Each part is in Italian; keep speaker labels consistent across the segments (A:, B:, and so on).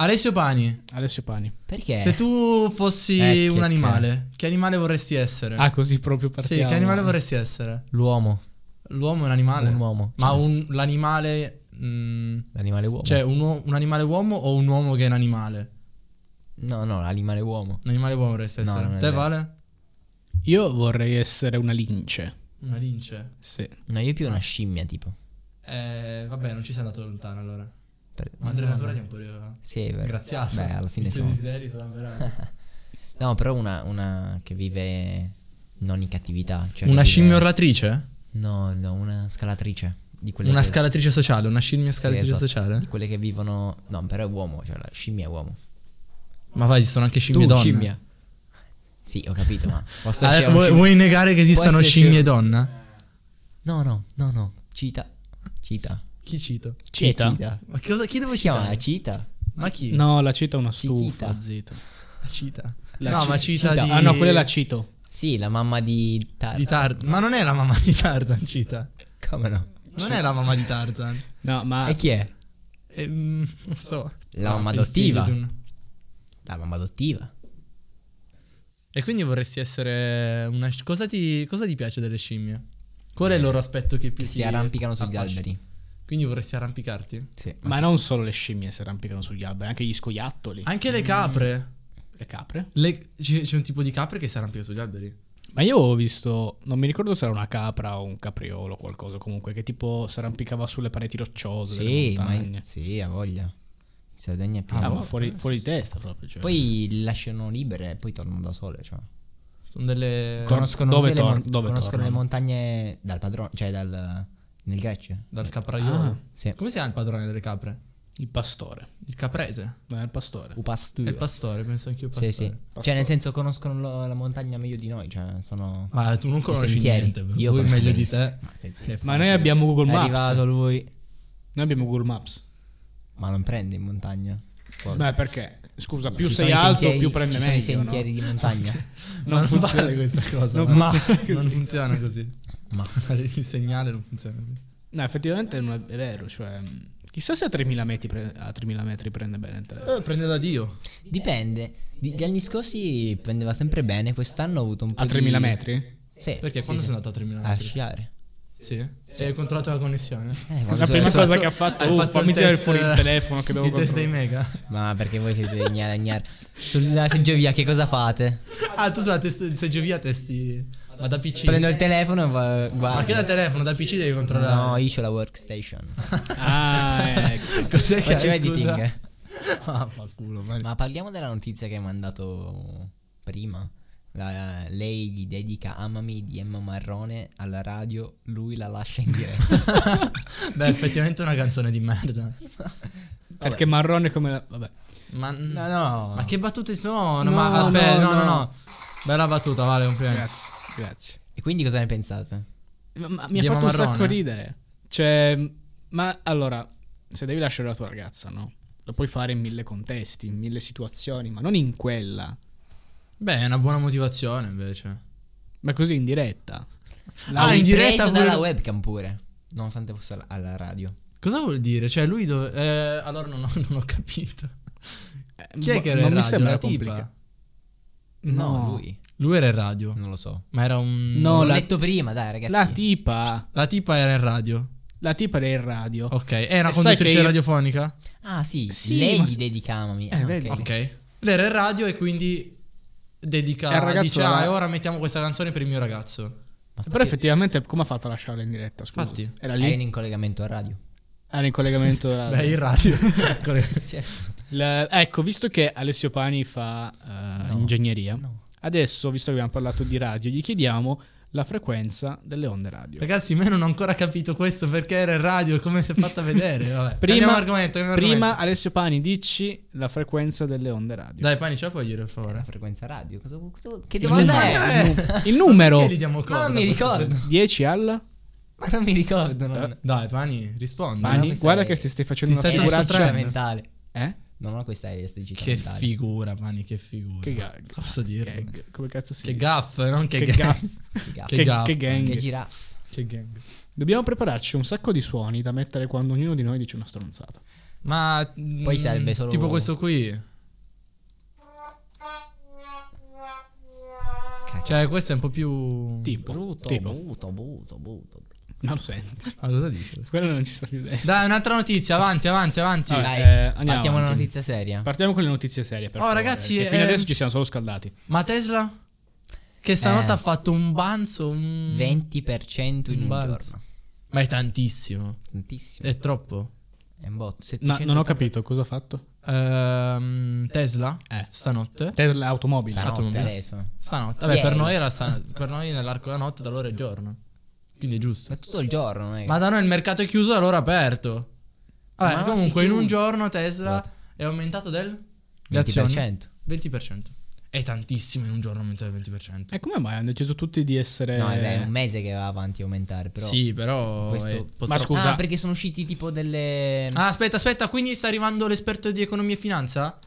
A: Alessio Pani,
B: Alessio Pani.
C: Perché?
A: se tu fossi
C: Eh, che-
A: un animale, che animale vorresti essere?
B: Ah, così proprio
A: sì,
B: partiamo.
A: che animale vorresti essere?
C: L'uomo,
A: L'uomo è un animale?
C: Un uomo. Cioè,
A: Ma un, l'animale... mm,
C: l'animale uomo.
A: cioè, un, uo- un animale uomo o un uomo che è un animale?
C: no, no, l'animale uomo.
A: Un animale uomo vorresti
C: No,
A: essere.
C: non è
A: Te
C: vero.
A: vale?
B: Io vorrei essere una lince.
A: Una lince.
B: Sì.
C: No, io più
A: Ah.
C: una scimmia, tipo.
A: Eh, vabbè, non ci sei andato lontano allora.
C: Per-
A: Madre
C: no,
A: natura
C: no.
A: ti ha un po' ri-
C: Sì, è vero.
A: graziato.
C: Beh, alla fine
A: I tuoi
C: siamo- Cioè,
A: desideri sono veramente...
C: No, però una, una che vive non in cattività. Cioè
A: Una
C: che vive-
A: scimmia orlatrice?
C: No, no, una scalatrice. Di quelle
A: Una
C: che-
A: scalatrice sociale, una scimmia
C: sì,
A: scalatrice
C: esatto,
A: sociale?
C: Di quelle che vivono. No, però è uomo, cioè la scimmia è uomo.
A: Ma vai, ci sono anche scimmie
B: tu,
A: donne.
B: scimmia.
C: Sì, ho capito, ma. Posso
A: Ah,
C: essere un
A: vuoi,
C: scimmio-
A: vuoi negare che esistano
C: essere
A: scimmie
C: scimmia.
A: donna?
C: No, no, no, no. Cita. Cita.
A: Chi cito?
B: Cita?
C: Chi è Cita?
A: Ma cosa, chi devo
C: Si chiama
A: citare?
C: Cita.
A: ma chi?
B: No, la cita è una
C: Chichita.
B: stufa, zitto.
A: La cita.
B: La
A: no,
B: ci-
A: ma cita, di...
B: Ah no, quella è la cito.
C: Sì, la mamma di Tar.
A: di Tarzan. Ma non è la mamma di Tarzan, cita.
C: Come no?
A: Non è la mamma di Tarzan.
B: No, ma
A: Ah.
C: E chi è?
A: Ehm, non so.
C: La mamma
A: il figlio
C: adottiva.
A: di un-
C: La mamma adottiva.
A: E quindi vorresti essere una... sci- Cosa ti, cosa ti piace delle scimmie? Qual è il loro aspetto che più
C: Che
A: ti
C: Eh, si arrampicano sugli
A: affascina?
C: alberi.
A: Quindi vorresti arrampicarti?
C: Sì. Ma,
B: ma non solo le scimmie si arrampicano sugli alberi, anche gli scoiattoli,
A: Anche
C: Mm.
A: le capre.
B: le capre.
A: Le- c'è, c'è un tipo di capre che si arrampica sugli alberi.
B: Ma io ho visto, non mi ricordo se era una capra o un capriolo o qualcosa comunque, che tipo si arrampicava sulle pareti rocciose delle
C: sì, ma.
B: montagne.
C: Sì, ha voglia. In Sardegna è più.
B: Ah, ma fuori, fuori di testa proprio. Cioè.
C: Poi le lasciano libere e poi tornano da sole, cioè.
A: Sono delle...
B: Cor-
C: Conoscono,
B: dove
C: tutte le,
B: tor- dove
C: conoscono le
B: tornano?
C: montagne dal padrone, cioè dal nel Grecia.
A: dal capraiolo.
B: Ah.
C: Sì.
A: Come si chiama il padrone delle capre?
B: Il pastore.
A: Il caprese.
B: Non è il pastore.
A: È
C: Upastua.
A: il pastore, penso anch'io
C: Sì,
A: pastore.
C: sì. Cioè nel senso conoscono lo- la montagna meglio di noi, cioè sono
A: Ma tu non
C: i
A: conosci
C: sentieri.
A: niente,
C: Io
A: lui
C: conosco
A: meglio di
C: benissimo.
A: te.
C: Ma stai zitto.
A: Eh,
B: Ma noi abbiamo Google
C: è
B: Maps.
C: arrivato lui,
B: Noi abbiamo Google Maps.
C: ma non prende in montagna. Forse.
B: Beh, perché? Scusa, più
C: Ci sono
B: sei
C: i
B: alto,
C: sentieri-
B: più prende
C: ci sono i
B: meglio, no?
C: sentieri di montagna.
A: Non, non vale questa cosa.
B: Non
A: ma-
B: funziona
A: non funziona così.
C: Ma-
A: il segnale non funziona così.
B: No, effettivamente non è, è vero, cioè... Chissà se a 3000 metri, pre- a 3000 metri prende bene il telefono.
A: Eh, prende da Dio.
C: Dipende. Di- Gli anni scorsi prendeva sempre bene, quest'anno ho avuto un po'
B: A 3000
C: di...
B: metri?
C: Sì.
A: Perché
C: sì,
A: quando
C: sì.
A: sei andato a 3000
C: a
A: metri?
C: sciare.
A: Sì. Sì, hai controllato la connessione.
C: Eh, quando
B: La
C: sono-
B: prima
C: sono-
B: cosa che ha fatto,
A: Hai
B: "Oh,
A: fatto
B: fammi
A: il
B: tirare
A: test-
B: fuori il telefono che devo
A: Il test dei
B: controllare".
A: mega.
C: Ma perché voi siete gnar gnar Sulla seggiovia che cosa fate?
A: Ah, tu sulla test- seggiovia testi. Ma da PC.
C: Prendo il telefono e va-
A: Ma che
C: guardo.
A: da telefono, da PC devi controllare.
C: No, io ho la workstation.
B: Ah, ecco.
A: Cos'è che
C: Faccio
A: hai,
C: editing.
A: scusa? Ah, fa culo, ma...
C: Ma parliamo della notizia che hai mandato prima. La- lei gli dedica Amami di Emma Marrone alla radio, lui la lascia in diretta.
A: Beh, effettivamente è una canzone di merda.
B: Perché marrone come la... Vabbè.
A: Ma,
C: no.
A: ma che battute sono?
B: No,
A: ma aspetta, no
B: no,
A: no, no,
B: no.
A: Bella battuta, vale,
C: Eh.
A: complimenti.
B: Grazie, grazie.
C: E quindi cosa ne pensate?
B: Ma, ma mi ha
A: Diamo
B: fatto un
A: marrone.
B: sacco ridere. Cioè, ma allora, se devi lasciare la tua ragazza, no? Lo puoi fare in mille contesti, in mille situazioni, ma non in quella.
A: Beh, è una buona motivazione invece.
B: Ma così in diretta.
A: Ah, in diretta
C: Preso
A: pure-
C: dalla webcam pure. Nonostante fosse alla, alla radio.
A: Cosa vuol dire? Cioè, lui dove. eh, allora non ho, non ho capito.
B: Eh,
A: Chi è
B: boh,
A: che era
B: non
A: in
B: mi
A: radio?
B: sembra
A: La tipa?
B: complicato.
C: No, lui.
A: Lui era in radio.
C: Non lo so.
A: Ma era un.
B: No,
C: L'ho
B: la-
C: letto prima, dai ragazzi.
B: La tipa,
A: La tipa era in radio.
B: la tipa era in radio.
A: Ok. È una
B: E sai
A: conduttrice
B: che io-
A: radiofonica?
C: ah sì,
B: Sì,
C: lei
B: ma
C: gli
B: s-
C: dedica Amami.
B: Eh,
C: Ah,
B: vedi.
C: ok.
A: Ok. Lei era in radio e quindi. Dedica.
B: E il ragazzo
A: dice,
B: era-
A: ah, e ora mettiamo questa canzone per il mio ragazzo.
C: Ma sta
B: Però
C: più-
B: effettivamente come ha fatto a lasciarla in diretta? Scusa.
A: Infatti.
B: Era
C: Lei
B: lì,
C: in collegamento a radio.
B: era in collegamento. alla-
A: Beh, in radio. Cioè,
B: La- ecco, visto che Alessio Pani fa eh, ingegneria, adesso, visto che abbiamo parlato di radio, gli chiediamo la frequenza delle onde radio.
A: Ragazzi, me non ho ancora capito questo perché era in radio, come si è fatta vedere. Vabbè.
B: Prima,
A: Cambiamo argomento, cambiamo
B: prima,
A: argomento.
B: Alessio Pani, dici la frequenza delle onde radio.
A: Dai, Pani, ce la puoi dire, per
C: La
A: favore?
C: frequenza radio. Cosa- cosa- che
B: Il
C: domanda
B: numero.
C: è?
B: Il nu- Il numero
A: Che gli diamo
C: Ma
A: corda
C: non mi
A: a questo
C: ricordo.
B: 10 al
C: Ma non mi ricordo.
B: Eh,
C: Non...
A: punto? Dai, Pani, rispondi.
C: Pani,
B: Pani.
C: questa
B: Guarda
C: è-
B: che ti stai facendo
A: ti
B: una
A: stai
C: È
B: figura
A: trascinando.
C: elasticità
A: trend.
C: mentale.
B: Eh?
C: Non ho questa elasticità
A: Che
C: mentale.
A: figura, Pani, che figura.
B: Che gag.
A: Posso dirlo?
B: Che gag. Come cazzo si
A: Che
B: dice?
A: gaff, non che,
B: Che
A: gang.
B: gaff.
C: Che
A: Che
B: Che-
A: gaff.
B: che gang.
C: Che giraffe.
A: Che gang.
B: Dobbiamo prepararci un sacco di suoni da mettere quando ognuno di noi dice una stronzata.
A: Ma mm,
C: Poi serve solo-
A: Tipo questo qui.
C: Cacchio.
A: Cioè, questo è un po' più.
B: Tipo, tipo.
C: brutto, brutto, brutto.
B: Non lo senti.
A: Ma Ah, cosa dici?
B: Quello non ci sta più dentro.
A: Dai, un'altra notizia, avanti, avanti, avanti.
B: Vabbè.
C: Dai,
B: Eh, andiamo
C: partiamo da una
B: avanti. Mm.
C: notizia seria.
B: Partiamo con le notizie serie. Per
A: Oh,
B: favore,
A: ragazzi,
B: perché fino
A: eh,
B: adesso ci siamo solo scaldati.
A: Ma Tesla? Che stanotte
C: Eh.
A: ha fatto un banzo. Un...
C: 20% in un
A: balzo.
C: giorno.
A: Ma è tantissimo.
C: Tantissimo.
A: È troppo.
C: È un botto.
B: No,
C: 700
B: non ho capito cosa ha fatto.
A: Ehm, Tesla?
B: Eh.
A: Stanotte?
B: Tesla automobile.
A: fatto un
C: Stanotte
A: video.
C: adesso.
A: Stanotte. Vabbè, per
C: Ieri.
A: noi era stanotte. Per noi nell'arco della notte, da loro è giorno. Quindi è giusto.
C: Ma tutto il giorno, non è che-
A: Ma da noi il mercato è chiuso, allora è aperto. Vabbè,
C: Eh. Ma Esatto. non si
A: comunque in un
C: chiude.
A: giorno Tesla è aumentato del
C: 20%.
A: 20%. È tantissimo in un giorno aumentare del
C: Eh,
A: 20%.
B: E come mai hanno deciso tutti di essere...
C: No, è beh, è un mese che va avanti a aumentare, però.
A: Eh. sì, però
C: questo-
A: è un po'
B: Ma
A: troppo.
B: scusa.
C: Ah, perché sono usciti tipo delle
A: Ah, aspetta, aspetta, quindi sta arrivando l'esperto di economia e finanza?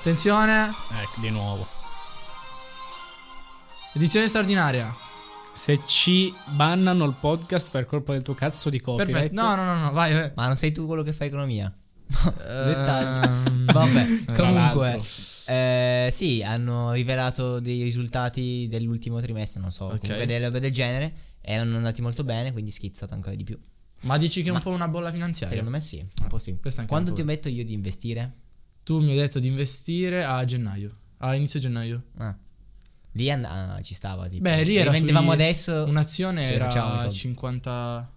A: Attenzione,
B: Ecco, di nuovo.
A: edizione straordinaria.
B: Se ci bannano il podcast per colpa del tuo cazzo di copyright...
A: Perfetto. No, no, no, no, vai. vai.
C: Ma non sei tu quello che fa economia?
A: Ehm,
C: Dettaglio. Vabbè,
B: Tra
C: comunque.
B: l'altro.
C: eh, sì, hanno rivelato dei risultati dell'ultimo trimestre, non so,
A: Ok.
C: comunque delle robe del genere. E hanno andati molto bene, quindi schizzato ancora di più.
A: Ma dici che è un po' una bolla finanziaria?
C: Secondo me sì, un po' sì.
A: Questa è anche
C: Quando
A: una
C: ti metto io di investire?
A: Tu mi hai detto di investire a gennaio, a inizio gennaio.
C: Ah. Lì and- ah, ci stava. Tipo.
A: Beh, lì
C: Li
A: era
C: vendevamo
A: sui-
C: adesso.
A: Un'azione
C: Sì, facciamo i
A: era
C: soldi.
A: 50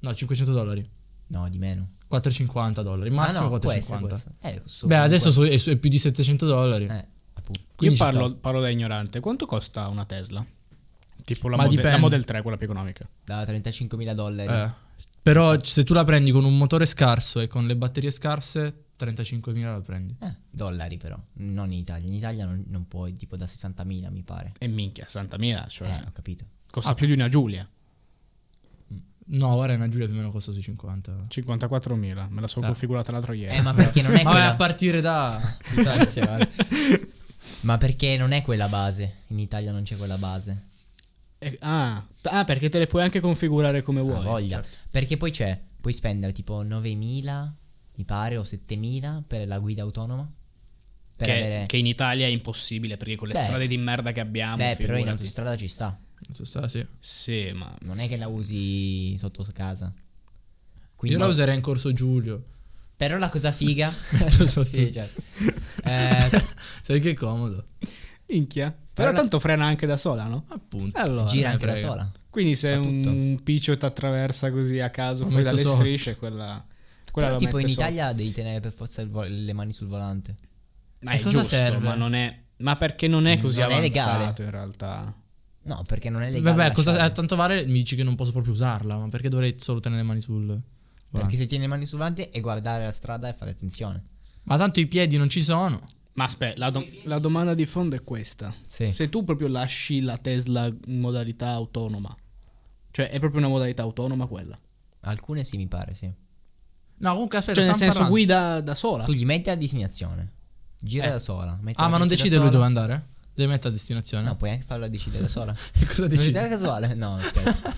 A: no, 500 dollari,
C: No, di meno.
A: 450 dollari,
C: Ma
A: massimo
C: Ah, no, può essere
A: 450.
C: questo. Eh, so-
A: Beh, adesso so- è, su- è più di 700 dollari.
C: Eh, appunto.
B: Io
A: Quindi ci
B: parlo, parlo da ignorante. Quanto costa una Tesla? Tipo la,
A: Ma
B: model,
A: dipende.
B: la Model 3, quella più economica.
C: Da 35.000 dollari.
A: Eh. Però c- se tu la prendi con un motore scarso e con le batterie scarse, 35.000 la prendi.
C: Eh, dollari però, non in Italia. In Italia non, non puoi, tipo da 60.000 mi pare.
B: E minchia, 60.000, cioè...
C: Eh, ho capito.
B: Costa più di una Giulia.
A: No, ora una Giulia più o meno costa sui 50.
B: 54.000, me la sono
A: Ah.
B: configurata l'altro ieri.
C: Eh, ma perché non è
A: Vabbè, a
C: quella...
A: partire da
C: Grazie, guarda. ma perché non è quella base? In Italia non c'è quella base.
B: Eh, ah, ah, perché te le puoi anche configurare come
C: Ha
B: vuoi.
C: Ah,
B: Cioè,
C: voglia. Perché poi c'è, puoi spendere tipo 9.000, mi pare, o 7.000 per la guida autonoma. Per
B: che,
C: avere...
B: che in Italia è impossibile perché con le
C: Beh.
B: strade di merda che abbiamo.
C: Beh, però in
B: figurati.
C: autostrada ci sta.
A: Adesso sta, sì.
B: Sì, ma.
C: Non è che la usi sotto casa. Quindi...
A: Io la userei in corso Giulio.
C: Però la cosa figa...
A: Metto sotto.
C: sì, certo. Eh,
A: Sai che comodo.
B: Minchia. Però
C: Però-
B: tanto frena anche da sola, no?
A: Appunto.
B: Allora.
C: gira
A: me
C: anche da
A: frega.
C: sola.
B: Quindi se
C: fa tutto.
B: un piccio ti attraversa così a caso
A: Lo
B: fuori
A: metto
B: dalle
A: sotto.
B: strisce, quella. quella
C: Però
B: la
C: tipo in
B: mette sotto.
C: Italia devi tenere per forza il vo- le mani sul volante.
B: Ma
A: E
B: è
A: cosa
B: giusto,
A: serve?
B: ma non è. Ma perché non è così
C: Non è
B: avanzato
C: legale.
B: in realtà?
C: No, perché non è legale.
A: Vabbè, cosa,
C: lasciarlo.
A: eh, tanto vale mi dici che non posso proprio usarla, ma perché dovrei solo tenere le mani sul volante?
C: Perché se tieni le mani sul volante e guardare la strada e fare attenzione.
A: Ma tanto i piedi non ci sono.
B: Ma aspetta, la, do- la domanda di fondo è questa.
C: Sì.
B: Se tu proprio lasci la Tesla in modalità autonoma, cioè è proprio una modalità autonoma quella.
C: Alcune sì, mi pare, sì.
A: No, comunque aspetta,
B: Cioè, nel
A: stiamo parlando.
B: senso, guida da sola.
C: Tu gli metti a designazione. Gira
B: Eh.
C: da sola. metti
A: Ah,
C: la
A: ma non
C: freccia da
A: decide lui
C: sola.
A: dove andare? Deve mettere a destinazione.
C: No, puoi anche farla decidere da sola.
A: E cosa
C: Velocità
A: decide?
C: casuale? No, scherzo.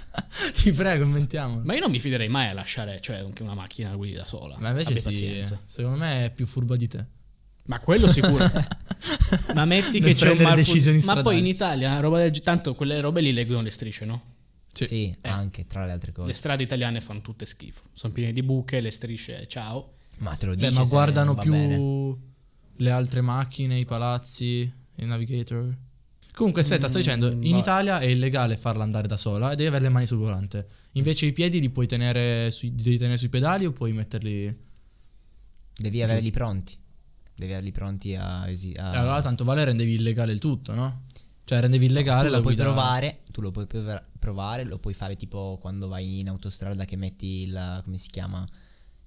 A: Ti prego, inventiamo.
B: Ma io non mi fiderei mai a lasciare, cioè, anche una macchina guidi da sola.
A: Ma invece
B: Abbi
A: sì, eh.
B: pazienza.
A: secondo me è più furba di te.
B: Ma quello sicuro. ma metti che
A: Nel
B: c'è un
A: prendere
B: malfunzionamento.
A: decisioni
B: Ma
A: stradali.
B: poi in Italia, roba del ge- tanto quelle robe lì leggono le strisce, no?
A: Sì. Eh.
C: Sì, anche tra le altre
B: Le
C: cose.
B: strade italiane fanno tutte schifo. Sono piene di buche, le strisce, ciao.
C: Ma te lo dici.
A: Beh, ma
C: se
A: guardano
C: non va
A: più
C: bene.
A: le altre macchine, i palazzi, i navigator. Comunque, aspetta,
C: Mm,
A: sto dicendo, in
B: va-
A: Italia è illegale farla andare da sola e devi avere le mani sul volante. Invece i piedi li puoi tenere sui, devi tenere sui pedali o puoi metterli...
C: Devi averli pronti. Devi averli pronti a. esi- a-
A: Allora, tanto vale rendevi illegale il tutto, no? Cioè, rendevi illegale
C: tu
A: la
C: lo puoi
A: guida...
C: provare, tu lo puoi provar- provare, lo puoi fare tipo quando vai in autostrada che metti il come si chiama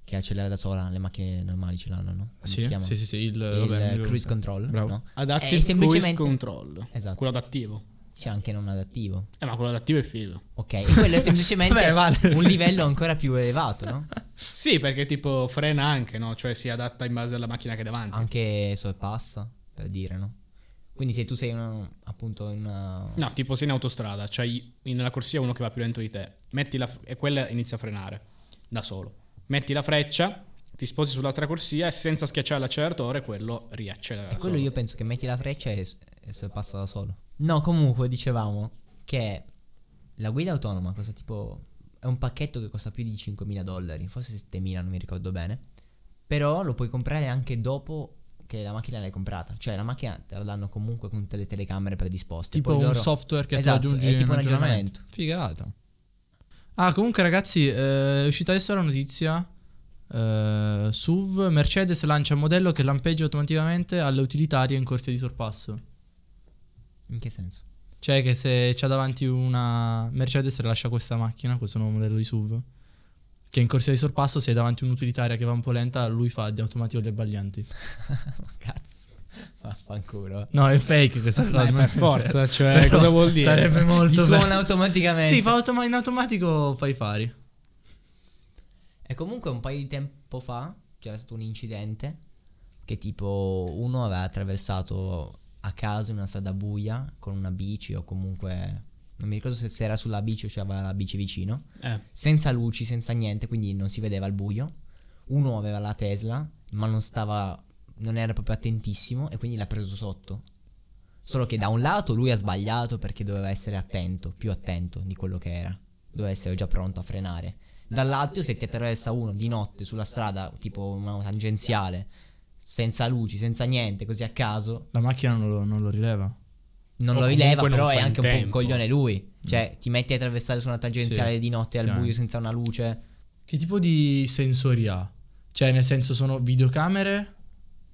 C: che accelera da sola, le macchine normali ce l'hanno, no? Come
A: Sì,
C: si chiama?
A: sì, sì, sì, il,
C: il
A: vabbè, mi-
C: cruise control,
A: Bravo.
C: no?
A: Eh,
B: Adaptive
C: semplicemente-
B: cruise control.
C: Esatto.
B: Quello adattivo.
C: C'è anche non adattivo.
B: Eh, ma quello adattivo è figo.
C: Ok, e quello è semplicemente
A: Vabbè, vale.
C: un livello ancora più elevato, no?
B: Sì, perché tipo frena anche, no? Cioè si adatta in base alla macchina che è davanti.
C: Anche sorpassa, per dire, no? Quindi se tu sei una- appunto in una
B: No, tipo sei in autostrada, c'hai in- nella corsia uno che va più lento di te, metti la fre- e quella inizia a frenare da solo. Metti la freccia, ti sposi sull'altra corsia e senza schiacciare l'acceleratore quello riaccelera.
C: E
B: da
C: quello
B: solo.
C: io penso che metti la freccia e, s- e se passa da solo. No, comunque dicevamo che la guida autonoma costa tipo... È un pacchetto che costa più di 5.000 dollari, forse 7.000, non mi ricordo bene. Però lo puoi comprare anche dopo che la macchina l'hai comprata. Cioè la macchina te la danno comunque con tutte le telecamere predisposte.
A: Tipo
C: Poi
A: un
C: loro-
A: software che
C: Esatto,
A: ti aggiungi
C: è tipo
A: in
C: un
A: aggiornamento. Figata. Ah, comunque ragazzi, eh, è uscita adesso la notizia. eh, SUV Mercedes lancia un modello che lampeggia automaticamente alle utilitarie in corsia di sorpasso.
C: In che senso?
A: Cioè che se c'ha davanti una Mercedes rilascia questa macchina, questo nuovo modello di SUV, che in corsia di sorpasso se hai davanti un'utilitaria che va un po' lenta, lui fa di automatico le abbaglianti.
C: Cazzo. Vaffanculo.
A: No, è fake questa cosa.
B: Beh,
A: non è
B: per forza, cioè, cosa vuol dire?
A: Sarebbe
C: Gli
A: molto
C: suona
A: bello.
C: automaticamente.
A: Sì, fa automa- in automatico fai i fari.
C: E comunque un paio di tempo fa c'era stato un incidente che tipo uno aveva attraversato a caso in una strada buia con una bici o comunque non mi ricordo se- se era sulla bici o c'era la bici vicino,
B: Eh,
C: senza luci, senza niente, quindi non si vedeva il buio. Uno aveva la Tesla, ma non stava non era proprio attentissimo e quindi l'ha preso sotto. Solo che da un lato lui ha sbagliato perché doveva essere attento, più attento di quello che era. Doveva essere già pronto a frenare. Dall'altro se ti attraversa uno di notte sulla strada, tipo una tangenziale, senza luci, senza niente, così a caso,
A: La macchina non lo, non lo rileva.
C: non
B: O
C: lo rileva,
B: comunque
C: però
B: non
C: è
B: fa in
C: anche un po' un
B: tempo. Mm.
C: coglione lui. Cioè, ti metti a attraversare su una tangenziale
A: Sì,
C: di notte al
A: chiaro.
C: buio senza una luce.
A: Che tipo di sensori ha? Cioè, nel senso sono videocamere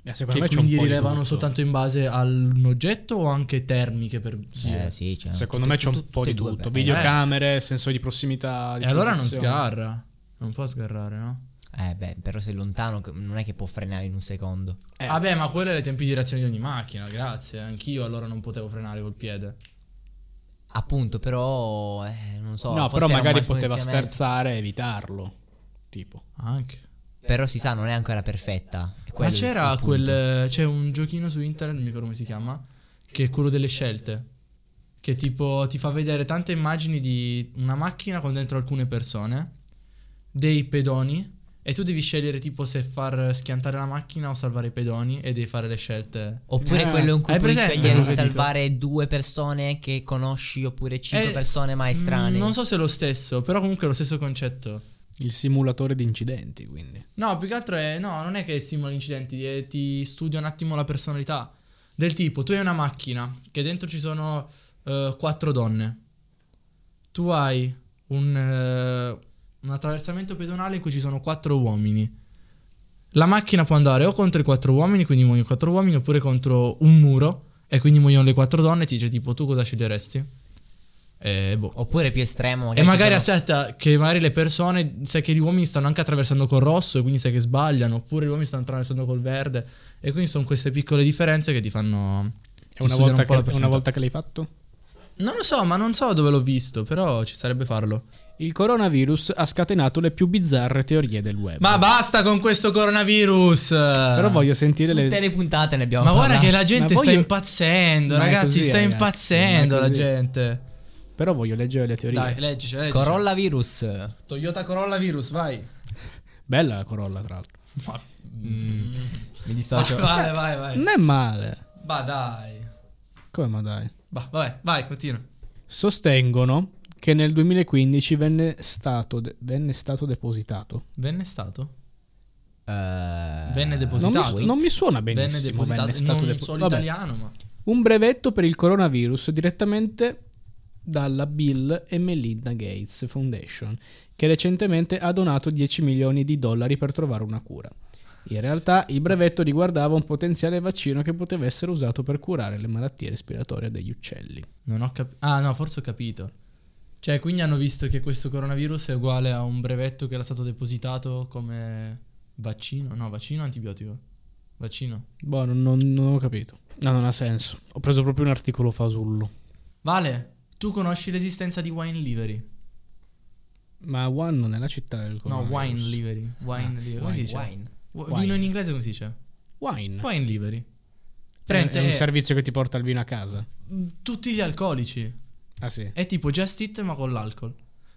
B: eh, secondo me
A: che
B: c'è un
A: quindi
B: po' di
A: rilevano
B: tutto.
A: soltanto in base all'oggetto o anche termiche per
C: Eh, sì, cioè,
B: Secondo
C: tutte-
B: me c'è un
C: tutte-
B: po'
C: tutte
B: di
C: e due, eh.
B: tutto.
C: beh.
B: Videocamere, sensori di prossimità. di
A: E allora non
B: posizione.
A: sgarra. Non può sgarrare, no?
C: Eh beh, però sei lontano che- non è che può frenare in un secondo.
B: Eh.
A: Vabbè, ma quello è i tempi di reazione di ogni macchina, grazie. Anch'io allora non potevo frenare col piede.
C: Appunto, però eh, non so,
B: No,
C: forse
B: però
C: era un
B: magari poteva
C: malfunzionamento.
B: sterzare e evitarlo. Tipo.
A: Anche.
C: Però si sa, non è ancora perfetta. È
A: Ma
C: quello il- il
A: c'era
C: punto.
A: quel. C'è un giochino su internet, non mi ricordo come si chiama. Che è quello delle scelte. Che tipo ti fa vedere tante immagini di una macchina con dentro alcune persone, dei pedoni. E tu devi scegliere tipo se far schiantare la macchina o salvare i pedoni e devi fare le scelte.
C: Oppure
B: Eh,
C: quello in cui
A: hai
C: puoi
A: presente
C: scegliere
A: quello
C: di
A: che dico?
C: salvare due persone che conosci oppure cinque
A: Eh,
C: persone ma estranee.
A: Mm, Non so se è lo stesso, però comunque è lo stesso concetto.
B: Il simulatore di incidenti, quindi.
A: No, più che altro è. No, non è che simula gli incidenti, è- ti studia un attimo la personalità. Del tipo, tu hai una macchina che dentro ci sono eh, quattro donne. Tu hai un, eh, un attraversamento pedonale in cui ci sono quattro uomini. La macchina può andare o contro i quattro uomini, quindi muoiono i quattro uomini, oppure contro un muro e quindi muoiono le quattro donne. E ti dice, tipo, tu cosa sceglieresti? E boh.
C: Oppure più estremo, magari.
A: E magari
C: ci sono-
A: aspetta, che magari le persone, sai che gli uomini stanno anche attraversando col rosso e quindi sai che sbagliano, oppure gli uomini stanno attraversando col verde. E quindi sono queste piccole differenze che ti fanno... ti
B: E
A: studiano
B: una volta,
A: un po' la
B: che, una
A: personalità.
B: volta che l'hai fatto?
A: Non lo so, ma non so dove l'ho visto, però ci sarebbe farlo.
B: Il coronavirus ha scatenato le più bizzarre teorie del web.
A: Ma basta con questo coronavirus!
B: Però voglio sentire le.
C: Tutte le puntate ne abbiamo
A: Ma guarda
C: parlato.
A: che la gente
B: Ma
A: sta
B: voglio-
A: impazzendo,
B: Ma è
A: ragazzi,
B: così,
A: sta
B: ragazzi,
A: impazzendo
B: ma è
A: la
B: così.
A: gente.
B: Però voglio leggere le teorie.
A: Dai, leggici, leggici.
C: Corolla virus.
A: Toyota Corolla virus, vai.
B: Bella la corolla, tra l'altro.
C: Mm. Mi dissocio.
A: Mm. Vai, vai, vai.
B: Non è male.
A: Va dai.
B: Come ma dai.
A: Va, vabbè, vai, continua.
B: Sostengono che nel 2015 venne stato, de- venne stato depositato.
A: Venne stato?
C: Eh,
A: Venne
B: Non mi,
A: depositato.
B: su- non mi suona
A: Venne
B: benissimo. Venne,
A: depositato.
B: stato
A: non
B: depo-
A: solo
B: Vabbè.
A: italiano, ma.
B: Un brevetto per il coronavirus direttamente dalla Bill e Melinda Gates Foundation, che recentemente ha donato 10 milioni di dollari per trovare una cura. In realtà il brevetto riguardava un potenziale vaccino che poteva essere usato per curare le malattie respiratorie degli uccelli.
A: Non ho capito. Ah, no, forse ho capito. Cioè, quindi hanno visto che questo coronavirus è uguale a un brevetto che era stato depositato come vaccino. No, vaccino o antibiotico? Vaccino.
B: Boh, non, non- non ho capito. No, non ha senso. Ho preso proprio un articolo fasullo.
A: Vale, tu conosci l'esistenza di Wine Livery?
B: Ma Wuhan non è la città del
A: No,
B: coronavirus.
A: Wine Livery. Wine Livery. Come si dice?
C: wine.
A: Wi-
B: Ah, Wine.
A: Vino in inglese come si dice?
B: Wine.
A: Wine Livery.
B: È- È un
A: Prende
B: servizio che ti porta il vino a casa.
A: tutti gli alcolici.
B: Ah sì.
A: È tipo Just It ma con l'alcol.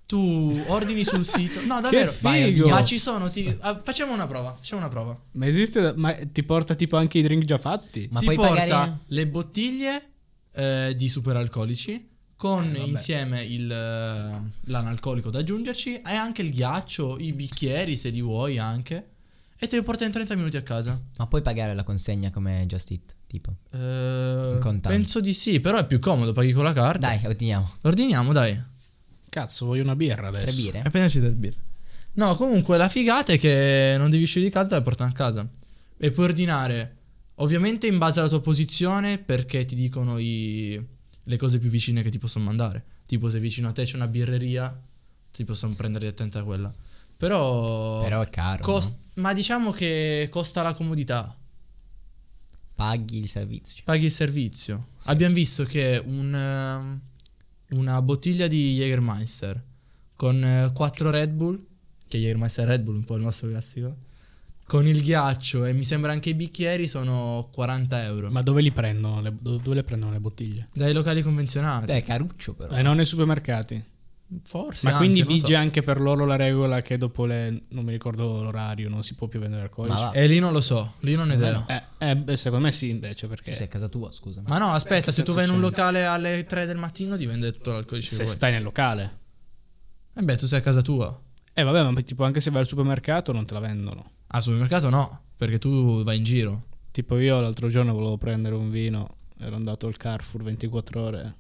A: Tu ordini sul sito. No,
B: Che
A: davvero.
C: Vai,
B: figo!
A: Ma ci sono. ti- ah, facciamo una prova. Facciamo una prova.
B: Ma esiste, ma ti porta tipo anche i drink già fatti?
C: Ma
A: ti
C: puoi
A: porta
C: pagare-
A: le bottiglie eh, di superalcolici con
C: Eh, vabbè.
A: insieme il, eh, l'analcolico da aggiungerci e anche il ghiaccio, i bicchieri se li vuoi anche. E te li porta in 30 minuti a casa.
C: Ma puoi pagare la consegna come Just Eat, tipo.
A: Eh,
C: In contanti.
A: penso di sì, però è più comodo, paghi con la carta.
C: Dai, ordiniamo.
A: Ordiniamo, dai.
B: Cazzo, voglio una birra adesso.
C: Tre birre.
A: È appena uscito il birra. No, comunque la figata è che non devi uscire di casa, te la portano a casa. E puoi ordinare, ovviamente in base alla tua posizione, perché ti dicono i- le cose più vicine che ti possono mandare. Tipo se vicino a te c'è una birreria, ti possono prendere attenta a quella. Però...
C: Però è caro.
A: cos- ma diciamo che costa la comodità.
C: no? Paghi il servizio.
A: Paghi il servizio. Abbiamo visto che un, ehm, una bottiglia di Jägermeister con 4 Red Bull, che Jägermeister e Red Bull è un po' il nostro classico, con il ghiaccio e mi sembra anche i bicchieri sono 40 euro.
B: Ma dove li prendono? le- do- dove le prendono le bottiglie?
A: Dai locali convenzionati.
C: Beh, è caruccio però.
B: Eh, non nei supermercati.
A: Forse.
B: Ma
A: anche,
B: quindi
A: non so.
B: vige anche per loro la regola che dopo le. non mi ricordo l'orario, non si può più vendere alcolici.
C: Ma va.
A: E Eh, lì non lo so, lì non ne idea.
B: Eh, eh, beh, secondo me sì, invece,
C: Tu sei
B: perché
C: a Cioè, casa tua, scusa. Ma
A: Ma no, aspetta, se tu
B: cazzo
A: vai in un
B: c'è?
A: locale alle 3 del mattino ti vende tutto l'alcolice.
B: se
A: che vuoi.
B: stai nel locale.
A: Eh beh, tu sei a casa tua.
B: Eh, vabbè, ma tipo anche se vai al supermercato non te la vendono.
A: Al supermercato no, perché tu vai in giro.
B: Tipo io l'altro giorno volevo prendere un vino, ero andato al Carrefour 24 ore,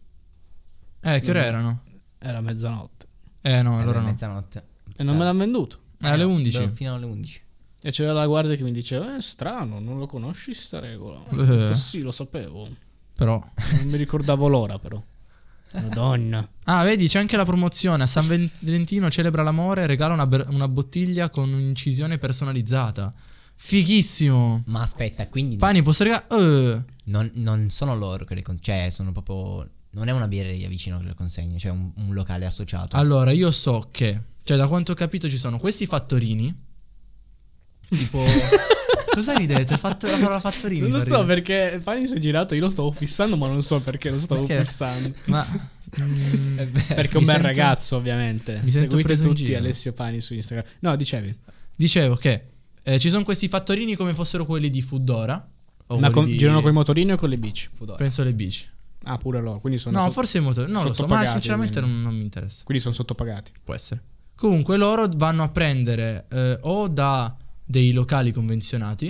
A: Eh, che
B: Mm.
A: ore erano?
B: era mezzanotte.
A: Eh no,
C: allora
A: allora no.
C: mezzanotte.
B: E non me l'hanno venduto.
A: Eh, alle
C: no,
A: 11.
C: do- Fino alle 11.
B: E c'era la guardia che mi diceva, eh, strano, non lo conosci sta regola. Ho
A: Eh.
B: detto, sì, lo sapevo.
A: Però.
B: Non mi ricordavo l'ora però. Madonna.
A: Ah, vedi, c'è anche la promozione. A San Ven- Valentino celebra l'amore e regala una, ber- una bottiglia con un'incisione personalizzata. Fighissimo.
C: Ma aspetta, quindi
A: Pani, posso eh, regalare...
C: non, non sono loro che le con- Cioè, sono proprio... Non è una birreria vicino che le consegna, cioè un, un locale associato.
A: allora, io so che... Cioè, da quanto ho capito ci sono questi fattorini. Tipo... Cosa ridete? Fatto- la parola fattorini.
B: Non lo
A: fa
B: so
A: ridere.
B: perché Fanny si è girato, io lo stavo fissando, ma non so perché lo stavo
A: Perché?
B: fissando.
A: Ma... mm,
B: Perché è un
A: Mi
B: bel
A: sento-
B: ragazzo, ovviamente.
A: mi sento
B: Seguite
A: preso in
B: tutti
A: giro.
B: Alessio Pani su Instagram. No, dicevi.
A: Dicevo che eh, ci sono questi fattorini come fossero quelli di Foodora. O
B: Ma
A: quelli
B: con-
A: di-
B: girano con i motorini o con le bici?
A: Penso le bici.
B: Ah, pure loro. Quindi sono,
A: No,
B: sot-
A: forse i motori. Non lo so, ma
B: sottopagati,
A: sinceramente
B: quindi.
A: non, non mi interessa.
B: quindi sono sottopagati.
A: Può essere. Comunque loro vanno a prendere eh, o da dei locali convenzionati,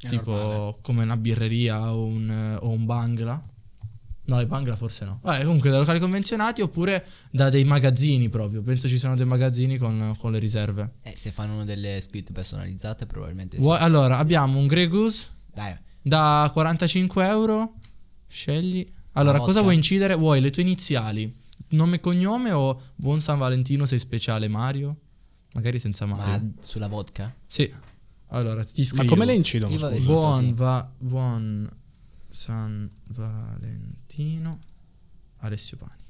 B: È
A: tipo
B: normale.
A: come una birreria o un, eh, o un bangla. No, i bangla forse no. Vabbè, comunque da locali convenzionati oppure da dei magazzini proprio. Penso ci siano dei magazzini con, con le riserve.
C: Eh, se fanno delle scritte personalizzate
B: Eh
C: probabilmente sì.
A: Vuoi- allora, abbiamo un Grey Goose
C: Dai,
A: da 45 euro. Scegli. Allora,
C: Una
A: cosa
C: vodka.
A: vuoi incidere? Vuoi le tue iniziali? Nome e cognome o buon San Valentino sei speciale Mario? Magari senza Mario.
C: ma sulla vodka?
A: Sì. Allora, ti scrivo.
B: Ma come le incidono?
C: Io vado-
B: scusa?
A: Buon,
C: Sì.
A: va- buon San Valentino Alessio Pani.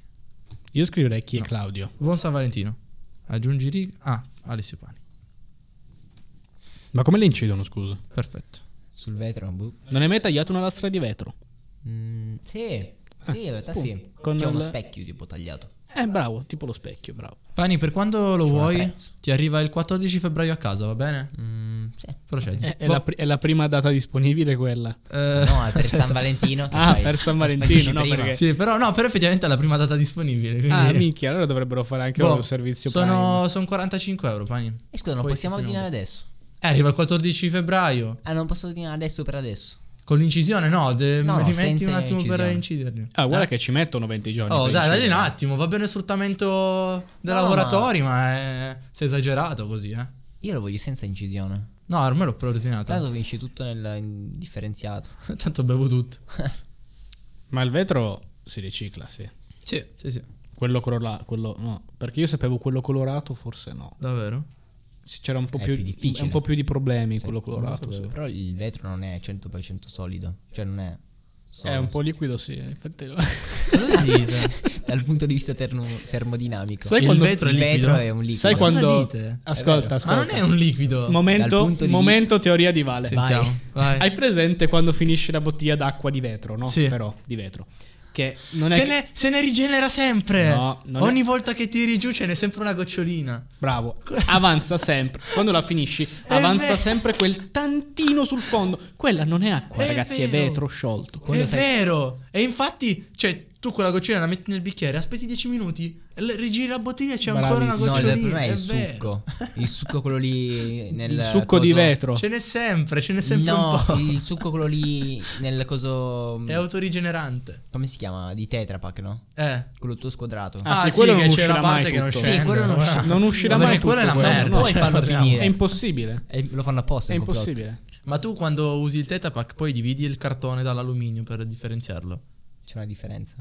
B: Io scriverei chi è Claudio.
A: Buon San Valentino. Aggiungi riga. Ah, Alessio Pani.
B: Ma come le incidono, scusa?
A: Perfetto.
C: Sul vetro? Boh.
B: Non hai mai tagliato una lastra di vetro?
C: Mm, sì, sì, in realtà sì.
B: Con
C: C'è uno
B: il-
C: specchio tipo tagliato.
B: Eh, bravo, tipo lo specchio, bravo.
A: Pani, per quando lo
C: C'è un
A: vuoi,
C: attrezzo.
A: ti arriva il 14 febbraio a casa, va bene?
C: Mm, sì.
A: Procedi.
B: Eh, È, è
A: Boh,
B: la, pri- è la prima data disponibile quella.
A: eh,
C: No, è per San Valentino. che
B: Ah,
C: fai?
B: per San
C: Lo
B: Valentino,
C: spedisci
B: no,
C: prima.
B: perché-
A: Sì, però no, però effettivamente è la prima data disponibile. Quindi...
B: Ah, minchia, allora dovrebbero fare anche
A: Boh,
B: un servizio
A: sono, sono 45 euro, Pani.
C: Eh, scusa, non
A: Poi
C: possiamo
A: sì, sì, no.
C: ordinare adesso.
A: Eh, arriva il 14 febbraio.
C: Ah, non posso ordinare adesso per adesso.
A: Con l'incisione, no, de-
C: No, no,
A: ti metti un
C: senza
A: attimo per
C: incisione.
A: inciderli.
B: Ah, guarda che ci mettono 20 giorni.
A: Eh. Oh,
B: per
A: dai, dai
B: incidere.
A: un attimo, va bene il sfruttamento dei
C: No, no,
A: lavoratori, ma è... sei esagerato così, eh.
C: Io lo voglio senza incisione.
A: No, ormai l'ho preordinato.
C: Tanto finisce tutto nel in- differenziato.
A: Tanto bevo tutto.
B: Ma il vetro si ricicla, sì.
A: Sì, sì, sì,
B: Quello colorato, quello no. Perché io sapevo quello colorato, forse no.
A: davvero.
B: Sì, C'era un po'
C: È
B: più,
C: più difficile.
B: un po' più di problemi
C: Sì,
B: quello colorato. sì.
C: Però il vetro non è 100% solido. Cioè, non è. Solido.
B: È un po' liquido, sì. Infatti, lo-
A: Cosa dite?
C: Dal punto di vista termo- termodinamico.
B: Sai
A: il
B: quando-
A: vetro è
C: il vetro
A: liquido.
C: è un liquido.
B: sai quando.
A: dite?
B: Ascolta,
A: Ma
B: ascolta.
A: non è un liquido.
C: Dal
B: Momento,
C: punto di
B: momento teoria di Vale.
A: Sentiamo, vai.
B: Hai presente quando finisce la bottiglia d'acqua di vetro, no?
A: Sì.
B: Però di vetro. Che non è
A: se,
B: che-
A: ne, se ne rigenera sempre.
B: No, non è-
A: Ogni volta che tiri giù ce n'è sempre una gocciolina.
B: Bravo, avanza sempre. Quando la finisci,
A: È
B: avanza
A: vero.
B: sempre quel tantino sul fondo. Quella non è acqua,
A: È
B: ragazzi, è
A: vero.
B: vetro sciolto.
A: è vero. E infatti, cioè, tu quella gocciolina la metti nel bicchiere, aspetti 10 minuti, l- rigiri la bottiglia e c'è ancora una
B: Bravissimo.
C: No, il
A: gocciolina.
C: problema è il
A: vero.
C: succo. Il succo quello lì nel
B: Il succo di
C: coso-
B: vetro.
A: Ce n'è sempre, ce n'è sempre
C: No,
A: un po'.
C: il succo quello lì nel coso
A: È autorigenerante.
C: come si chiama? Di Tetra Pak, no?
A: Eh.
C: Quello tuo squadrato.
B: Ah, sì,
A: sì,
B: quello
A: che c'è
B: non uscirà
A: la parte
B: mai
A: che non
B: tutto.
A: scende.
C: Sì, quello non uscirà-
B: Non uscirà
A: Ma
B: mai
A: perché quella
B: tutto
A: è una
B: quello,
A: merda.
B: no?
C: Poi
A: ce la
C: farlo
A: parliamo.
B: È
C: finire.
B: impossibile.
C: E lo fanno apposta,
B: È
C: il complotto.
B: impossibile.
A: Ma tu quando usi il Tetapack poi dividi il cartone dall'alluminio per differenziarlo.
C: C'è una differenza?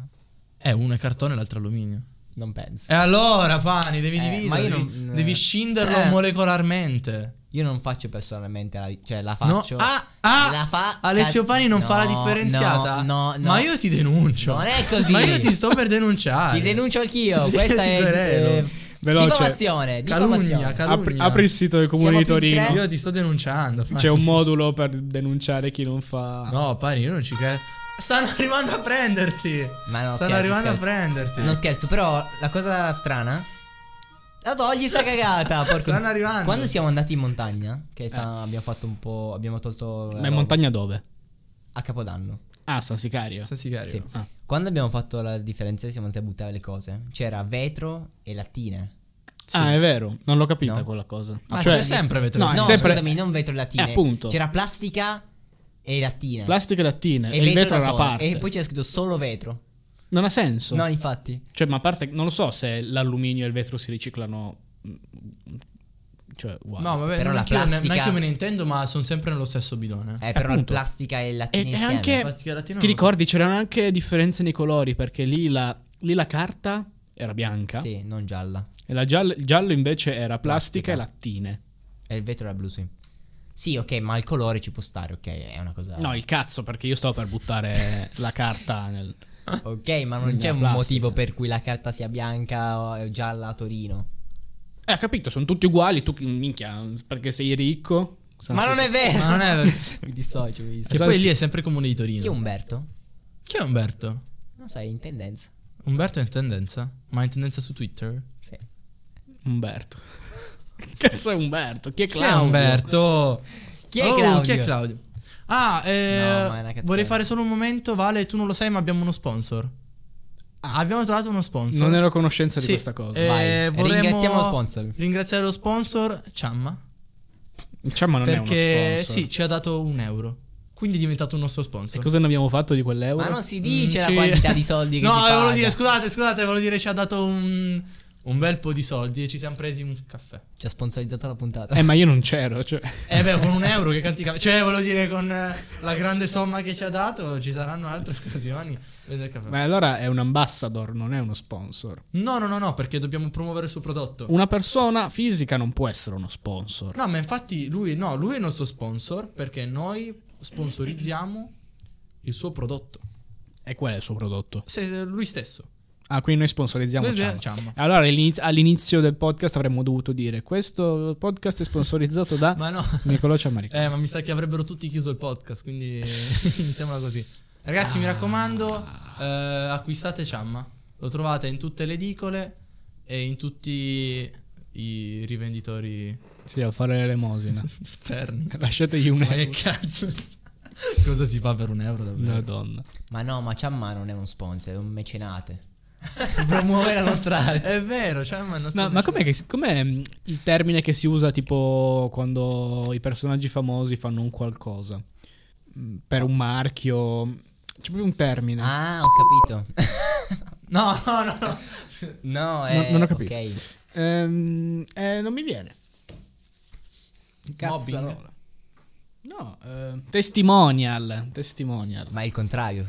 A: Eh, uno è cartone e l'altro è alluminio.
C: Non penso.
A: E allora, Pani, devi
C: Eh, ma
A: dividerlo.
C: io
A: Devi,
C: non-
A: devi
C: eh.
A: scinderlo
C: Eh.
A: molecolarmente.
C: Io non faccio personalmente la cioè la
A: No.
C: faccio.
A: Ah, ah,
C: La fa-
A: Alessio
C: ca-
A: Pani non fa la
C: no,
A: differenziata.
C: no, no, no.
A: Ma io ti denuncio.
C: Non è così.
A: Ma io ti sto per denunciare.
C: Ti denuncio anch'io.
A: Ti
C: Questa
A: prego.
C: è eh,
B: Veloce.
C: diffamazione,
A: Calunnia,
C: diffamazione.
B: Apri,
A: calunnia.
B: apri il sito del comune
C: Siamo
B: di
C: più in
B: Torino.
C: tre.
A: Io ti sto denunciando. Pani.
B: C'è un modulo per denunciare chi non fa.
A: No, Pani, io non ci credo. Stanno arrivando a prenderti.
C: Ma no,
A: Stanno
C: scherzo,
A: arrivando
C: scherzo.
A: a prenderti.
C: Non scherzo, però la cosa strana la togli sta cagata, porco.
A: Stanno arrivando.
C: Quando siamo andati in montagna, che sta- abbiamo fatto un po' abbiamo tolto la
B: Eh. Ma in
C: roba,
B: montagna dove?
C: a Capodanno.
B: Ah, San Sicario.
A: Sta sicario.
C: Sì.
B: Ah.
C: Quando abbiamo fatto la differenza siamo andati a buttare le cose. C'era vetro e lattine.
B: Ah, è vero, non l'ho capita
C: No.
B: quella cosa.
A: Ma
B: Cioè,
A: c'è sempre vetro.
B: no, è
C: no,
B: sempre-
C: scusami, non vetro e lattine.
B: Eh, appunto.
C: C'era plastica e lattine.
B: Plastica e lattine. E,
C: e
B: il vetro
C: da
B: era a
C: solo.
B: parte.
C: E poi c'era scritto solo vetro.
B: Non ha senso.
C: No, infatti. Eh,
B: Cioè, ma a parte, non lo so se l'alluminio e il vetro si riciclano. mm, Cioè, wow.
A: No, vabbè,
C: Però
A: non
C: la
A: è che io ne- non è
C: plastica-
A: che io me ne intendo, ma sono sempre nello stesso bidone.
C: Eh, però la
B: appunto.
C: plastica e
B: e,
C: lattine
B: e
C: insieme.
B: anche.
A: Plastica e lattine non
B: Ti
A: lo so.
B: ricordi, c'erano anche differenze nei colori. Perché lì la, lì la carta era bianca.
C: Sì, non gialla.
B: E la giall- il giallo invece era plastica, e lattine.
C: E il vetro era blu, sì. Sì, ok, ma il colore ci può stare, ok, è una cosa...
A: Ah.
B: No, il cazzo, perché io stavo per buttare la carta nel.
C: Ok, ma non c'è
B: La
C: un
B: plastica.
C: motivo per cui la carta sia bianca o gialla a Torino.
B: Eh, ho capito, sono tutti uguali. Tu, minchia, perché sei ricco. San
C: ma non è vero!
A: Ma non è vero.
C: mi dissocio, mi
A: Che
C: dissocio.
A: poi lì è sempre comune di Torino.
C: Chi è Umberto?
A: Chi è Umberto?
C: Non so, è in tendenza.
A: Umberto è in tendenza, ma è in tendenza su Twitter.
C: Sì.
B: Umberto. Che cazzo è Umberto? Chi è
A: Chi è
B: Claudio?
A: Umberto?
C: Chi è
A: Oh,
C: Claudio?
A: Chi è Claudio? Ah, eh,
C: No, ma è una cazzata.
A: vorrei fare solo un momento, Vale, tu non lo sai, ma abbiamo uno sponsor. Abbiamo trovato uno sponsor.
B: Non ero a conoscenza
A: Sì,
B: di questa cosa.
A: eh,
C: Ah. Vai.
A: vorremmo
C: Ringraziamo lo sponsor.
A: Ringraziare lo sponsor, Ciamma,
B: Cioè, ma non è
A: perché
B: uno sponsor.
A: sì, certo. ci ha dato un euro. Quindi è diventato un nostro sponsor.
B: E cosa ne abbiamo fatto di quell'euro?
C: Ma non si dice
A: Mm,
C: la
A: sì.
C: quantità di soldi che
A: no,
C: si
A: volevo
C: paga.
A: dire, scusate, scusate, volevo dire ci ha dato un, un bel po' di soldi e ci siamo presi un caffè.
C: Ci ha sponsorizzato la puntata.
B: Eh, ma io non c'ero. Cioè.
A: Eh beh, con un euro che canti caffè. Cioè, volevo dire, con eh, la grande somma che ci ha dato, ci saranno altre occasioni. Vedete il caffè.
B: Ma allora è un ambassador, non è uno sponsor.
A: No, no, no, no, perché dobbiamo promuovere il suo prodotto.
B: Una persona fisica non può essere uno sponsor.
A: No, ma infatti lui, no, lui è il nostro sponsor perché noi sponsorizziamo il suo prodotto.
B: E qual è il suo prodotto?
A: Se- lui stesso.
B: Ah, quindi noi sponsorizziamo
A: Noi-
B: Ciamma.
A: Ciamma.
B: Allora, all'iniz- all'inizio del podcast avremmo dovuto dire questo podcast è sponsorizzato da
A: Ma no.
B: Nicolò Ciammarico.
A: Eh, ma mi sa che avrebbero tutti chiuso il podcast, quindi iniziamola così. Ragazzi, mi raccomando, eh, acquistate Ciamma. Lo trovate in tutte le edicole e in tutti i rivenditori
B: Sì, a fare l'elemosina.
A: esterni.
B: Lasciategli un
A: Ma che
B: euro.
A: cazzo? Cosa si fa per un euro davvero?
B: Madonna.
C: Ma no, ma Ciamma non è uno sponsor, è un mecenate. Promuove la nostra arte.
A: È vero, Ciamma è il nostro
B: No, ma com'è, che si- com'è, mh, il termine che si usa tipo quando i personaggi famosi fanno un qualcosa? Mm, Per un marchio. C'è proprio un termine.
C: Ah, ho capito.
A: No, no, no. no.
C: No,
B: Non-
C: eh,
B: non ho capito.
C: ok.
B: Ehm, eh, non mi viene.
A: Mobbing.
B: Cazzarola. No, eh, testimonial. Testimonial.
C: Ma è il contrario.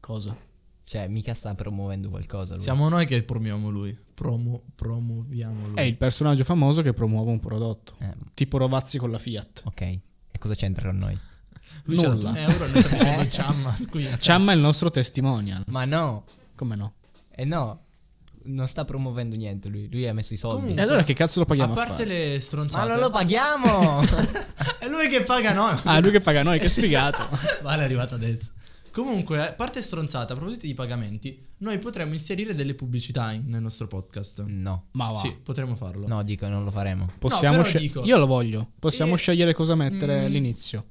B: Cosa?
C: Cioè, mica sta promuovendo qualcosa lui.
A: Siamo noi che promuoviamo lui. Promo- promuoviamo lui.
B: È il personaggio famoso che promuove un prodotto.
C: Eh,
B: Tipo Rovazzi con la Fiat.
C: ok. E cosa c'entra con noi?
A: Eh, lui ci ha dato
B: nulla. Eh.
A: un euro e noi stiamo dicendo Ciamma. qui.
B: Ciamma è il nostro testimonial.
C: Ma no.
B: Come no?
C: Eh no. Non sta promuovendo niente lui. Lui ha messo i soldi.
B: E
A: Comunque-
B: allora che cazzo lo
A: A
B: paghiamo a,
A: parte
B: fare?
A: le
C: Ma
A: stronzate.
C: non lo paghiamo!
A: È lui che paga noi.
B: Ah, lui che paga noi, che sfigato.
A: Vale è arrivato adesso. Comunque, eh, parte stronzata, a proposito di pagamenti, noi potremmo inserire delle pubblicità in- nel nostro podcast.
C: No.
B: Ma Mm. Ah, va.
A: Sì, potremmo farlo.
C: No, dico, non lo faremo.
B: Possiamo
A: però
B: scel-
A: dico-
B: Io lo voglio. Possiamo
A: Eh,
B: scegliere cosa mettere
A: mm.
B: all'inizio.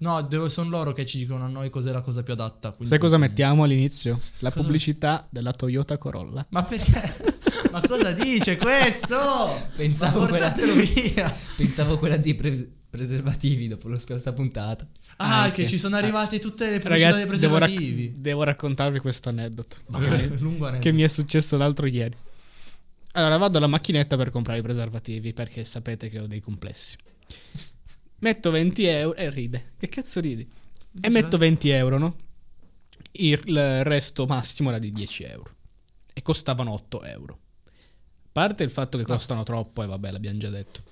A: No, devo- sono loro che ci dicono a noi cos'è la cosa più adatta. quindi
B: Sai cosa
A: possiamo-
B: mettiamo all'inizio?
A: Cosa-
B: La
A: Eh,
B: pubblicità della Toyota Corolla.
A: Ma perché? Ma cosa dice questo?
C: Pensavo
A: Ma
C: quella-
A: portatelo via.
C: Pensavo quella dei pre- preservativi dopo la scorsa puntata.
A: Ah,
C: Anche.
A: che ci sono arrivate tutte le pubblicità dei
B: Eh. Ragazzi, devo, rac-
A: preservativi.
B: devo raccontarvi questo aneddoto.
A: Lungo aneddoto.
B: che mi è successo l'altro ieri. Allora vado alla macchinetta per comprare i preservativi perché sapete che ho dei complessi. Metto 20 euro e ride. Che cazzo ridi? E metto 20 euro, no? Il il resto massimo era di 10 euro. E costavano 8 euro. A parte il fatto che costano troppo, e vabbè, l'abbiamo già detto.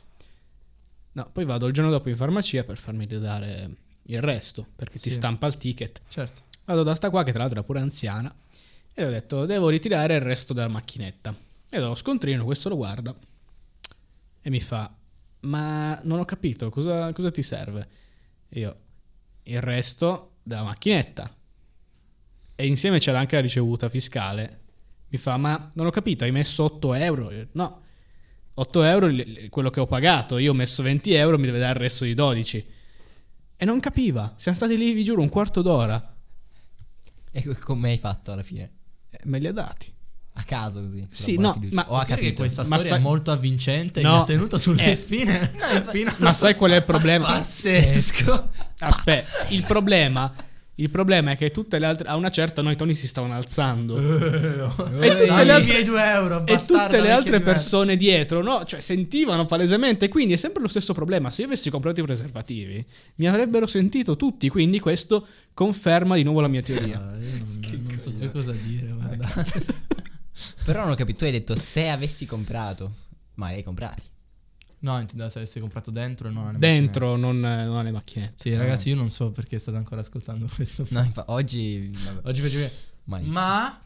B: No, poi vado il giorno dopo in farmacia per farmi ridare il resto, perché ti
A: Sì.
B: stampa il ticket.
A: Certo.
B: Vado da sta qua, che tra l'altro era pure anziana, e le ho detto: Devo ritirare il resto della macchinetta. E dallo scontrino, questo lo guarda e mi fa: Ma non ho capito, cosa, cosa ti serve? E io, il resto della macchinetta. E insieme c'era anche la ricevuta fiscale. Mi fa: Ma non ho capito, hai messo 8 euro? Io, no, 8 euro è il- il- quello che ho pagato. Io ho messo 20 euro, mi deve dare il resto di 12. E non capiva. Siamo stati lì, vi giuro, un quarto d'ora.
C: E come hai fatto alla fine?
B: Eh, Me li ha dati.
C: A caso così. sulla
B: Sì,
C: buona
B: no,
C: fiducia.
B: ma-
C: Ho
A: Considera
C: capito.
A: che questa
B: Ma
A: storia
B: sai-
A: è molto avvincente
B: No.
A: mi ha tenuto sulle
B: Eh.
A: spine fino
B: Ma
A: a
B: sai qual è il problema?
A: pazzesco.
B: Ah, Aspetta, il problema. Il problema è che tutte le altre. A una certa noi toni si stavano alzando.
A: Eh, e
B: tutte le altre-
A: miei due euro,
B: E
A: bastardo,
B: tutte le
A: vecchio
B: altre
A: di merda.
B: persone dietro, no? Cioè, sentivano palesemente. Quindi è sempre lo stesso problema. Se io avessi comprato i preservativi, mi avrebbero sentito tutti. Quindi questo conferma di nuovo la mia teoria.
A: Ah, io non, non so più cosa dire, guarda.
C: Però non ho capito, tu hai detto se avessi comprato, ma li hai comprati.
A: No, intendo se avesse comprato dentro e non alle
B: Dentro, non, non alle macchinette.
A: macchine. Sì, ragazzi, io non so perché state ancora ascoltando questo.
C: No, infa- oggi... vabbè,
A: Oggi faccio bene.
C: malissimo.
A: Ma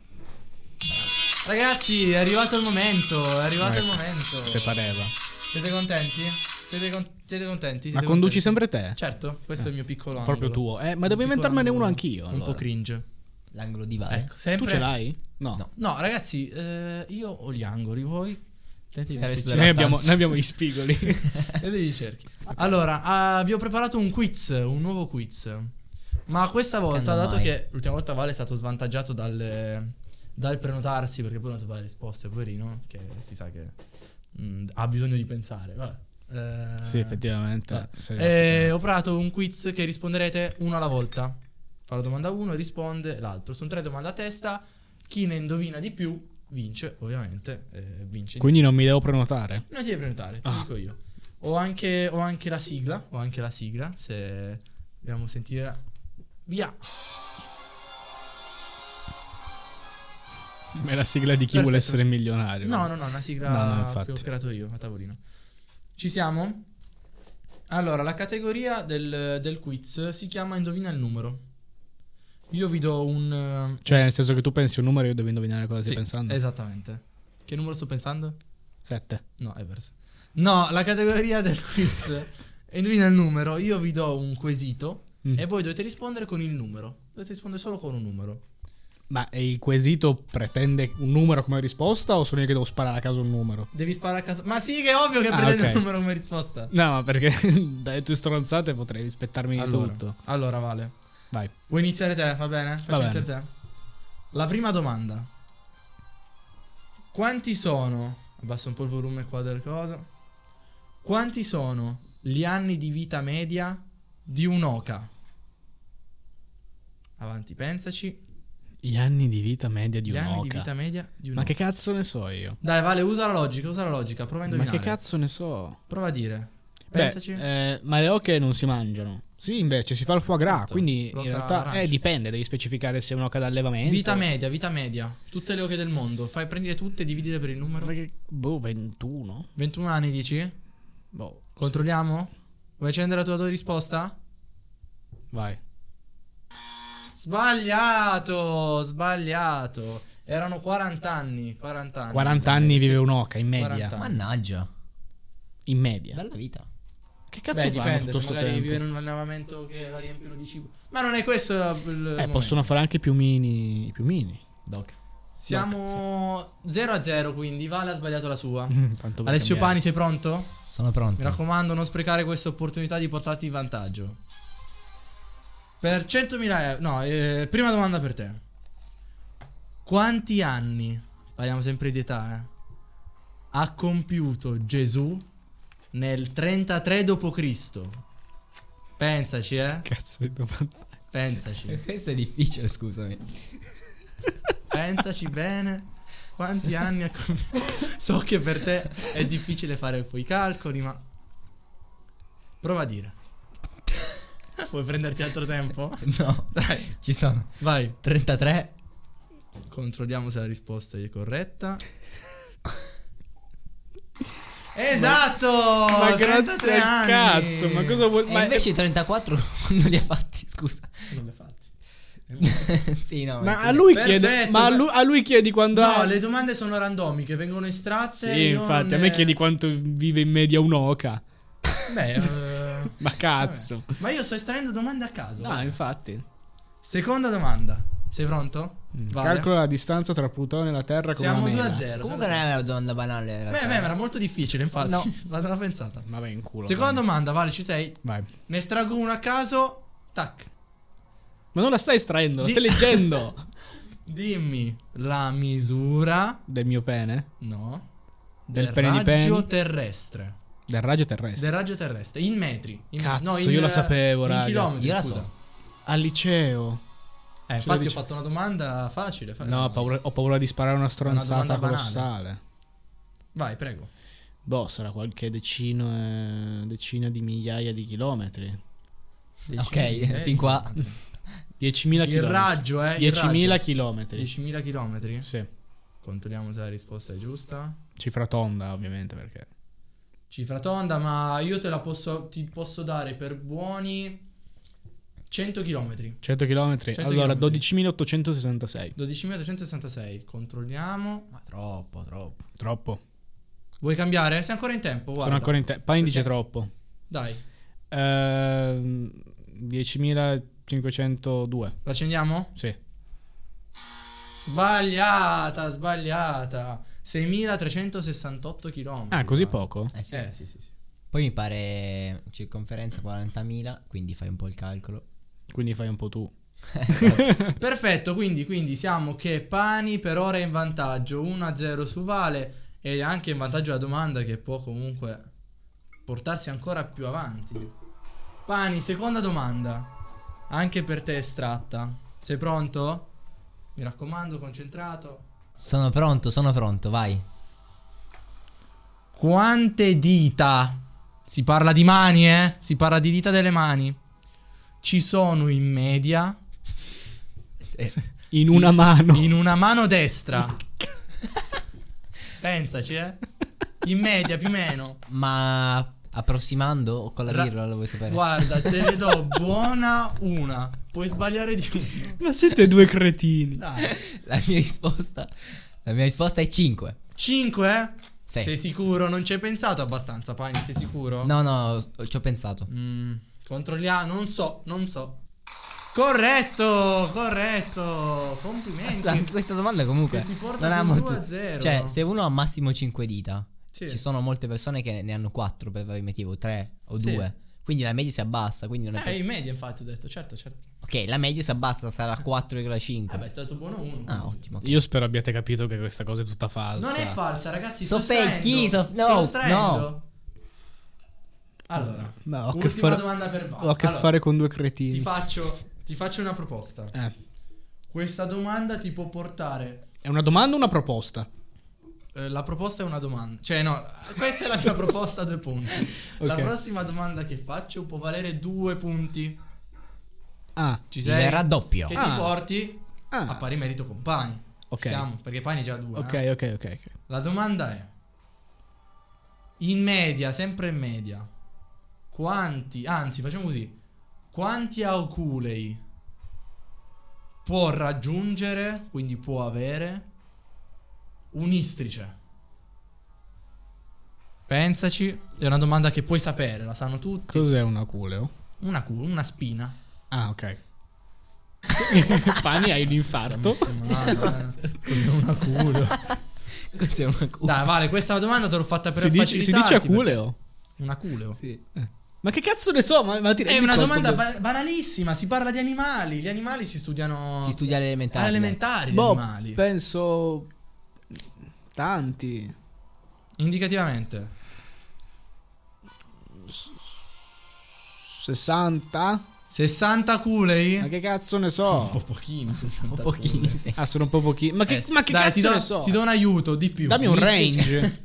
A: Ragazzi, è arrivato il momento, è arrivato il
B: Ecco.
A: momento.
B: Te pareva.
A: Siete contenti? Siete, con- siete contenti?
B: Ma
A: Siete contenti?
B: conduci sempre te?
A: Certo, questo è il mio piccolo
B: Proprio
A: angolo.
B: tuo. Eh, ma
A: Un
B: devo
A: piccolo
B: inventarmene uno
A: angolo
B: anch'io.
A: Un po'
B: allora. Eh,
A: cringe.
C: L'angolo di Vale.
A: Ecco, sempre
B: Tu ce l'hai? No.
C: No.
A: No, ragazzi, eh, io ho gli angoli, voi Tenete i
C: Eh,
A: vostri
C: sì,
A: cerchi.
B: Noi
C: Della
B: abbiamo,
C: stanza.
B: noi abbiamo gli spigoli.
A: Tenete i cerchi. Allora, ah, vi ho preparato un quiz, un nuovo quiz. Ma questa volta,
C: Quando
A: dato
C: mai?
A: che l'ultima volta Vale è stato svantaggiato dal, dal prenotarsi, perché poi non sapeva le risposte, poverino, che si sa che mm, ha bisogno di pensare. Vabbè. Eh,
B: sì, effettivamente.
A: Ah.
B: sarebbe-
A: Eh, ho preparato un quiz che risponderete uno alla volta. Fa la domanda uno e risponde l'altro. Sono tre domande a testa. Chi ne indovina di più vince, ovviamente. eh, vince.
B: Quindi non mi devo prenotare.
A: Non ti devi prenotare, ti
B: Ah.
A: dico io. Ho anche, ho anche la sigla. Ho anche la sigla. Se vogliamo sentire. Via!
B: È la sigla di chi vuole
A: Perfetto.
B: essere milionario.
A: No, no, no, una sigla
B: No, no, infatti.
A: che ho creato io a tavolino. Ci siamo? Allora, la categoria del, del quiz si chiama Indovina il numero. Io vi do un. eh,
B: Cioè, nel senso che tu pensi un numero e io devo indovinare cosa
A: Sì,
B: stai pensando.
A: Esattamente. Che numero sto pensando?
B: 7.
A: No, è perso. No, la categoria del quiz. Indovina il numero, io vi do un quesito
B: Mm.
A: e voi dovete rispondere con il numero. Dovete rispondere solo con un numero.
B: Ma e il quesito pretende un numero come risposta o sono io che devo sparare a caso un numero?
A: Devi sparare a casa. Ma sì, che è ovvio che
B: Ah,
A: prendete
B: ok.
A: il numero come risposta.
B: No, ma perché dalle tue stronzate potrei rispettarmi di
A: Allora,
B: tutto.
A: allora, vale.
B: Vai.
A: Vuoi iniziare te? Va bene? Faccio
B: bene.
A: iniziare te. La prima domanda. Quanti sono? Abbassa un po' il volume qua del coso. Quanti sono gli anni di vita media di un'oca? Avanti, pensaci.
B: Gli anni di vita media di
A: gli anni di
B: un'oca.
A: vita media di
B: Ma
A: un'oca.
B: che cazzo ne so io?
A: Dai, Vale, usa la logica, usa la logica, prova a
B: Ma
A: indovinare.
B: che cazzo ne so?
A: Prova a dire.
B: Beh,
A: Pensaci.
B: eh, ma le oche non si mangiano. Sì, invece si fa il foie gras,
A: Esatto.
B: quindi
A: L'oca
B: in realtà
A: all'arancia.
B: eh, dipende, devi specificare se è un'oca d'allevamento.
A: vita media, vita media. Tutte le oche del mondo. Fai prendere tutte e dividere per il numero.
B: Perché- Boh, 21.
A: 21 anni, dici?
B: Boh,
A: Controlliamo? Vuoi accendere la tua tua risposta?
B: vai.
A: Sbagliato! Sbagliato! Erano 40 anni. 40 anni.
B: 40 anni vive un'oca in media.
A: 40.
C: Mannaggia.
B: In media.
C: Bella vita.
B: Che cazzo
A: Beh,
B: fanno
A: dipende,
B: tutto
A: se
B: sto
A: magari
B: tempo?
A: vive in un allevamento che la riempiono di cibo. Ma non è questo il
B: Eh,
A: momento.
B: possono fare anche i piumini. I piumini.
C: Doc.
A: Siamo 0 a 0, quindi Vale ha sbagliato la sua.
B: Tanto per
A: Alessio
B: Mm, cambiare.
A: Pani, sei pronto?
C: Sono
A: Mi
C: pronto.
A: raccomando, non sprecare questa opportunità di portarti in vantaggio. Per 100.000 euro. No, eh, prima domanda per te. Quanti anni, parliamo sempre di età, eh, ha compiuto Gesù nel 33 d.C.? Pensaci, eh?
B: Cazzo di domanda.
A: Pensaci.
C: Questo è difficile, scusami.
A: Pensaci bene. Quanti anni ha compiuto? So che per te è difficile fare poi i calcoli, ma. Prova a dire. Vuoi prenderti altro tempo?
C: No,
A: Dai,
C: ci sono
A: vai.
C: 33.
A: Controlliamo se la risposta è corretta. Esatto!
B: Ma
A: 33
B: grazie al
A: anni! Eh,
B: cazzo, ma cosa vuol
C: e
B: ma-
C: invece i 34 non li ha fatti, scusa.
A: Non l'ho fatti.
C: sì, no.
B: Ma
C: perché-
B: a lui
A: Perfetto,
B: chiede, ma a
A: ma-
B: lui, a lui chiedi quando
A: No,
B: ha...
A: le domande sono randomiche, vengono estratte.
B: Sì,
A: io
B: infatti, a
A: non
B: me
A: ne-
B: chiedi quanto vive in media un'oca.
A: Beh, eh,
B: Ma cazzo.
A: ma io sto estraendo domande a caso.
B: No, infatti.
A: Seconda domanda. Sei pronto? Vale.
B: Mm. Calcola la distanza tra Plutone e la Terra come
A: Siamo
B: una
A: 2
B: mela.
A: a 0.
C: Comunque non
A: Siamo-
C: è una domanda banale, in
A: Beh,
C: realtà.
A: beh, ma era molto difficile, infatti.
B: No.
A: L'ho pensata.
B: Ma vai in culo.
A: Seconda domanda, Vale, ci sei?
B: vai. Vai.
A: Ne estraggo una a caso. Tac.
B: Ma non la stai estraendo, la
A: Di-
B: stai leggendo.
A: Dimmi la misura.
B: del mio pene?
A: No.
B: Del
A: Del,
B: pene di
A: raggio
B: pene?
A: terrestre.
B: Del raggio terrestre.
A: Del raggio terrestre. In metri. In,
B: Cazzo,
A: no, in,
B: io la
A: eh,
B: sapevo,
A: in
B: raga.
A: chilometri,
C: Io la
A: scusa.
C: so.
B: Al liceo.
A: Eh,
B: Ce lo
A: infatti ho
B: dice-
A: fatto una domanda facile. fa-
B: No, ho paura, ho paura di sparare una stronzata
A: domanda banale.
B: colossale.
A: Vai, prego.
B: Boh, sarà qualche decino, eh, decina di migliaia di chilometri.
C: Ok,
A: Decine-
C: fin qua.
B: 10.000
A: Il
B: chilometri.
A: raggio, eh. il raggio.
B: 10.000 chilometri.
A: 10.000 chilometri.
B: Sì.
A: Controlliamo se la risposta è giusta.
B: Cifra tonda, ovviamente, perché...
A: Cifra tonda, ma io te la posso, ti posso dare per buoni 100 km.
B: 100 km.
A: 100
B: allora,
A: chilometri.
B: 12.866.
A: 12.366, controlliamo.
C: Ma troppo, troppo.
B: Troppo.
A: Vuoi cambiare? Sei ancora in tempo, guarda.
B: Sono ancora in te. Pani dice
A: Perché-
B: troppo.
A: Dai,
B: Ehm, 10.502.
A: l'accendiamo?
B: Sì.
A: Sbagliata, sbagliata. 6.368 km.
B: Ah, così poco?
C: Eh sì.
A: Eh, sì, sì, sì.
C: Poi mi pare circonferenza 40.000, quindi fai un po' il calcolo.
B: Quindi fai un po' tu.
A: Perfetto, quindi, quindi siamo che Pani per ora è in vantaggio 1-0 su Vale e anche in vantaggio la domanda che può comunque portarsi ancora più avanti. Pani, seconda domanda, anche per te estratta. Sei pronto? Mi raccomando, concentrato.
C: Sono pronto, sono pronto, vai.
A: Quante dita? Si parla di mani, eh? Si parla di dita delle mani. Ci sono in media
B: In una mano.
A: In una mano destra. Pensaci, eh. In media più o meno.
C: Ma approssimando o con la
A: Ra-
C: virgola lo vuoi sapere?
A: Guarda, te ne do buona una. Puoi sbagliare di più.
B: Ma siete due cretini.
A: Dai.
C: La mia risposta La mia risposta è 5.
A: 5, eh?
C: Sì.
A: Sei sicuro? Non ci hai pensato abbastanza, Pani, sei sicuro?
C: No, no, ci ho pensato.
A: Mm, controlliamo, non so, non so. Corretto, corretto. Complimenti.
C: Scusa, anche questa domanda comunque
A: Che si porta
C: non ha
A: sul
C: molto
A: 2 a 0.
C: Cioè, se uno ha massimo 5 dita,
A: Sì.
C: ci sono molte persone che ne hanno 4 per vari motivi, o 3 o
A: Sì.
C: 2. Quindi la media si abbassa, quindi non è
A: Eh,
C: per-
A: in media infatti ho detto, certo, certo.
C: Ok, la media si abbassa sarà 4,5.
A: Vabbè, ti ho dato buono uno.
C: ah, ottimo.
B: Io spero abbiate capito che questa cosa è tutta falsa.
A: Non è falsa, ragazzi.
C: So
A: sto estraendo.
C: fake, so- no,
A: Sto estraendo.
C: no.
A: Allora,
B: Ma ho a che
A: ultima
B: fare-
A: domanda per Val.
B: Ho a che
A: Allora,
B: fare con due
A: Ti
B: cretini.
A: faccio, ti faccio una proposta.
B: Eh,
A: Questa domanda ti può portare.
B: È una domanda o una proposta?
A: eh, la proposta è una domanda. Cioè, no, questa è la mia proposta a due punti. La
B: Ok.
A: prossima domanda che faccio può valere due punti.
B: Ah,
A: Ci
C: Il
A: sei?
C: raddoppio.
A: Che
B: Ah.
A: ti porti
B: Ah.
A: a pari merito con Pani.
B: Ok.
A: Siamo, perché Pani è già a due. eh.
B: ok, ok, ok. ok.
A: La domanda è: in media, sempre in media, quanti, anzi, facciamo così, quanti auculei può raggiungere, quindi può avere un istrice? Pensaci, è una domanda che puoi sapere, la sanno tutti.
B: Cos'è un aculeo?
A: Una, cu- una spina.
B: Ah, ok. Pani hai un infarto.
A: Siamo là, eh. Cos'è un aculeo?
C: Cos'è una cura?
A: Dai, vale, questa domanda te l'ho fatta per
B: Si dice, si dice
A: facilitarti,
B: aculeo.
A: perché- Un aculeo.
B: Ma che cazzo ne so? Ma, ma ti
A: È
B: rendi
A: una
B: conto
A: domanda
B: del-
A: ba- banalissima, si parla di animali, gli animali si studiano
C: Si studia alle elementari.
A: alle elementari, gli
B: Boh,
A: animali.
B: penso tanti.
A: Indicativamente.
B: 60?
A: 60 culei?
B: Ma che cazzo ne
A: Un po'
B: so?
A: pochino, 60
C: Un pochini,
A: culei.
C: sì.
B: Ah, sono un po' pochini. Ma che,
A: Eh, sì.
B: ma che
A: Dai,
B: cazzo
A: ti do,
B: ne so?
A: Ti do un aiuto, di più.
B: Dammi un
A: Mi-
B: range.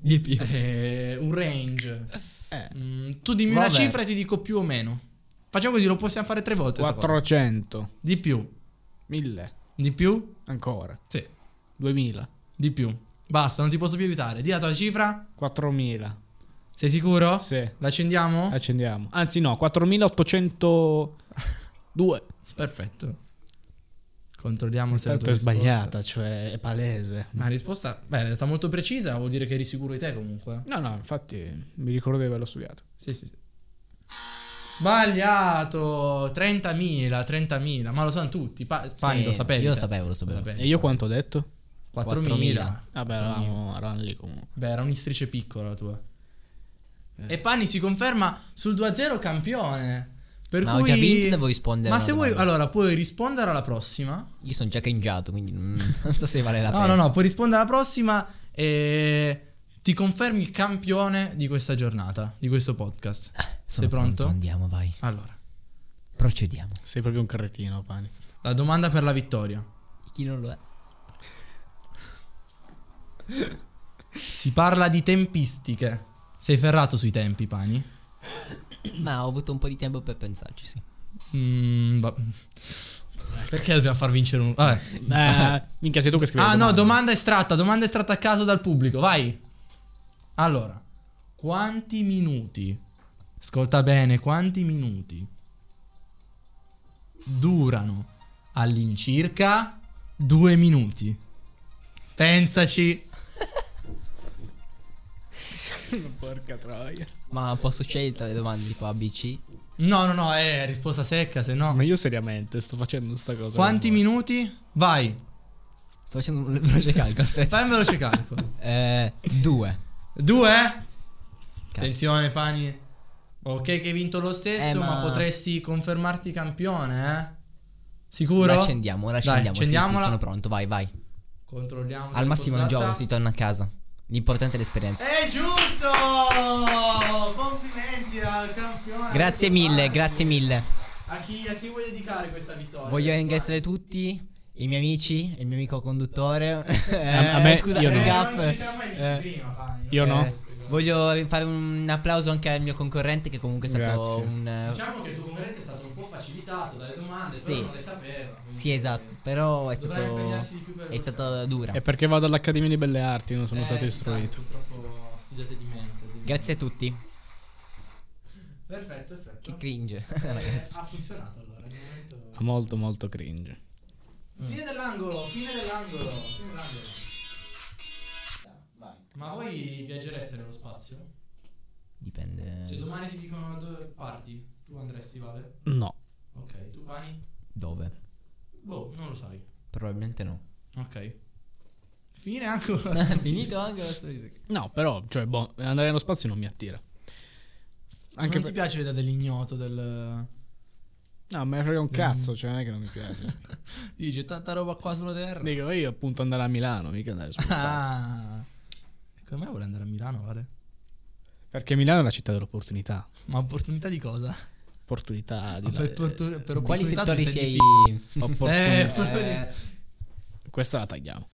C: Di più.
A: Eh, un range.
B: Eh,
A: Mm, tu dimmi una
C: Vabbè.
A: cifra e ti dico più o meno. Facciamo così, lo possiamo fare tre volte. sta cosa.
B: 400,
A: Di più.
B: 1000,
A: Di più?
B: ancora,
A: Sì.
B: 2000,
A: Di più. Basta, non ti posso più aiutare. Di la tua cifra?
B: 4000.
A: Sei sicuro?
B: Sì,
A: L'accendiamo?
B: accendiamo. Anzi no, 4802.
A: Perfetto. Controlliamo se la
B: Tanto
A: tua
B: è
A: risposta-
B: sbagliata, cioè è palese.
A: Ma la risposta, beh, l'hai data molto precisa, vuol dire che eri sicuro di te comunque.
B: No, no, infatti mi ricordo di averlo studiato.
A: Sì, sì, sì. Sbagliato! 30.000, 30.000, ma lo sanno tutti. Pa- Pani,
C: Sì,
A: lo sapevi.
C: Io lo
A: te?
C: sapevo, lo sapevo.
A: Lo sapevi.
B: E io quanto ho detto?
A: 4.000.
C: 4.000.
B: Vabbè, eravamo, eravamo lì comunque.
A: Beh, era un'istrice piccola la tua.
C: Eh.
A: E Pani si conferma sul 2-0 campione. Per
C: Ma
A: cui...
C: ho già vinto, devo rispondere.
A: Ma
C: alla
A: se vuoi,
C: domanda.
A: allora puoi rispondere alla prossima.
C: Io sono già cangiato, quindi mm, non so se vale la
A: No,
C: pena.
A: no, no, puoi rispondere alla prossima e ti confermi campione di questa giornata, di questo podcast.
C: Ah, Sono
A: Sei pronto?
C: Andiamo, vai.
A: Allora,
C: Procediamo.
B: Sei proprio un cretino, Pani.
A: la domanda per la vittoria.
C: Chi non lo è?
A: Si parla di tempistiche. Sei ferrato sui tempi, Pani?
C: Ma ho avuto un po' di tempo per pensarci, sì.
A: Mm, va- Perché dobbiamo far vincere uno? Vabbè.
B: Eh, minchia, sei tu che scrivi.
A: Ah
B: le
A: no,
B: domande.
A: domanda estratta, domanda estratta a caso dal pubblico, vai. Allora, quanti minuti, ascolta bene, quanti minuti durano all'incirca due minuti? Pensaci,
B: Porca troia.
C: Ma posso scegliere tra le domande tipo ABC?
A: no, no, no, è risposta secca, se no.
B: Ma io seriamente sto facendo sta cosa.
A: Quanti minuti? Vai,
C: Sto facendo un veloce calcolo, aspetta.
A: fai un veloce calcolo.
C: Eh, due.
A: Due? Attenzione, Pani. Ok, che hai vinto lo stesso,
C: Eh,
A: ma...
C: ma-
A: potresti confermarti campione, eh? Sicuro?
C: Ora accendiamo, ora
A: Dai,
C: accendiamo. Sì, sì,
A: accendiamola.
C: sono pronto, vai, vai.
A: Controlliamo.
C: Al
A: se
C: massimo non
A: risposta
C: gioco, si torna a casa. L'importante è l'esperienza.
A: È giusto! Complimenti al campione.
C: Grazie mille, grazie mille.
A: A chi, a chi vuoi dedicare questa vittoria?
C: Voglio ringraziare tutti i miei amici, il mio amico conduttore.
B: a me- io
A: Eh,
B: no.
C: Gaff.
A: non ci siamo mai visti
C: Eh,
A: prima, Pani.
B: Io no.
C: eh, voglio fare un applauso anche al mio concorrente che comunque è stato
B: Grazie.
C: un... eh,
A: Diciamo che il tuo concorrente è stato un po' facilitato dalle domande,
C: Sì.
A: però non le sapeva. quindi-
C: Sì, esatto, però è
A: Dovrai impegnarsi di più
C: stato
A: per
C: è stata dura.
B: È perché vado all'Accademia di Belle Arti, non sono
A: Eh,
B: stato
A: si sa,
B: istruito.
A: Purtroppo studiate di mente. di-
C: Grazie a tutti.
A: Perfetto, perfetto.
C: Che cringe,
A: Eh,
C: ragazzi.
A: Ha funzionato allora. al momento-
B: Ma molto molto cringe.
A: Fine dell'angolo, fine dell'angolo, fine dell'angolo. Ma voi viaggereste nello spazio? Se
C: Dipende
A: domani ti dicono dove parti, tu andresti, vale?
B: No.
A: Ok, tu pani?
C: dove.
A: Boh, non lo sai.
C: Probabilmente no.
A: Ok. Fine ancora.
C: Finito anche la storia.
B: No, però, cioè, boh, andare nello spazio non mi attira.
A: Anche
B: Anche
A: non ti piace l'idea dell'ignoto, del...
B: No, me ne frega
A: Mm.
B: un cazzo, cioè non è che non mi piace.
A: Dice tanta roba qua sulla terra.
B: Dico, io appunto andare a Milano, mica andare sullo spazio.
A: Ah. Come vuole andare a Milano, vale?
B: Perché Milano è la città dell'opportunità.
A: Ma opportunità di cosa?
B: Opportunità di...
A: Per,
B: là-
A: opportun- per
C: Quali
A: opportunità tu
C: settori
A: intendi
C: sei...
B: Eh,
A: film.
B: opportunità.
A: Eh, proprio di-
B: Questa la tagliamo.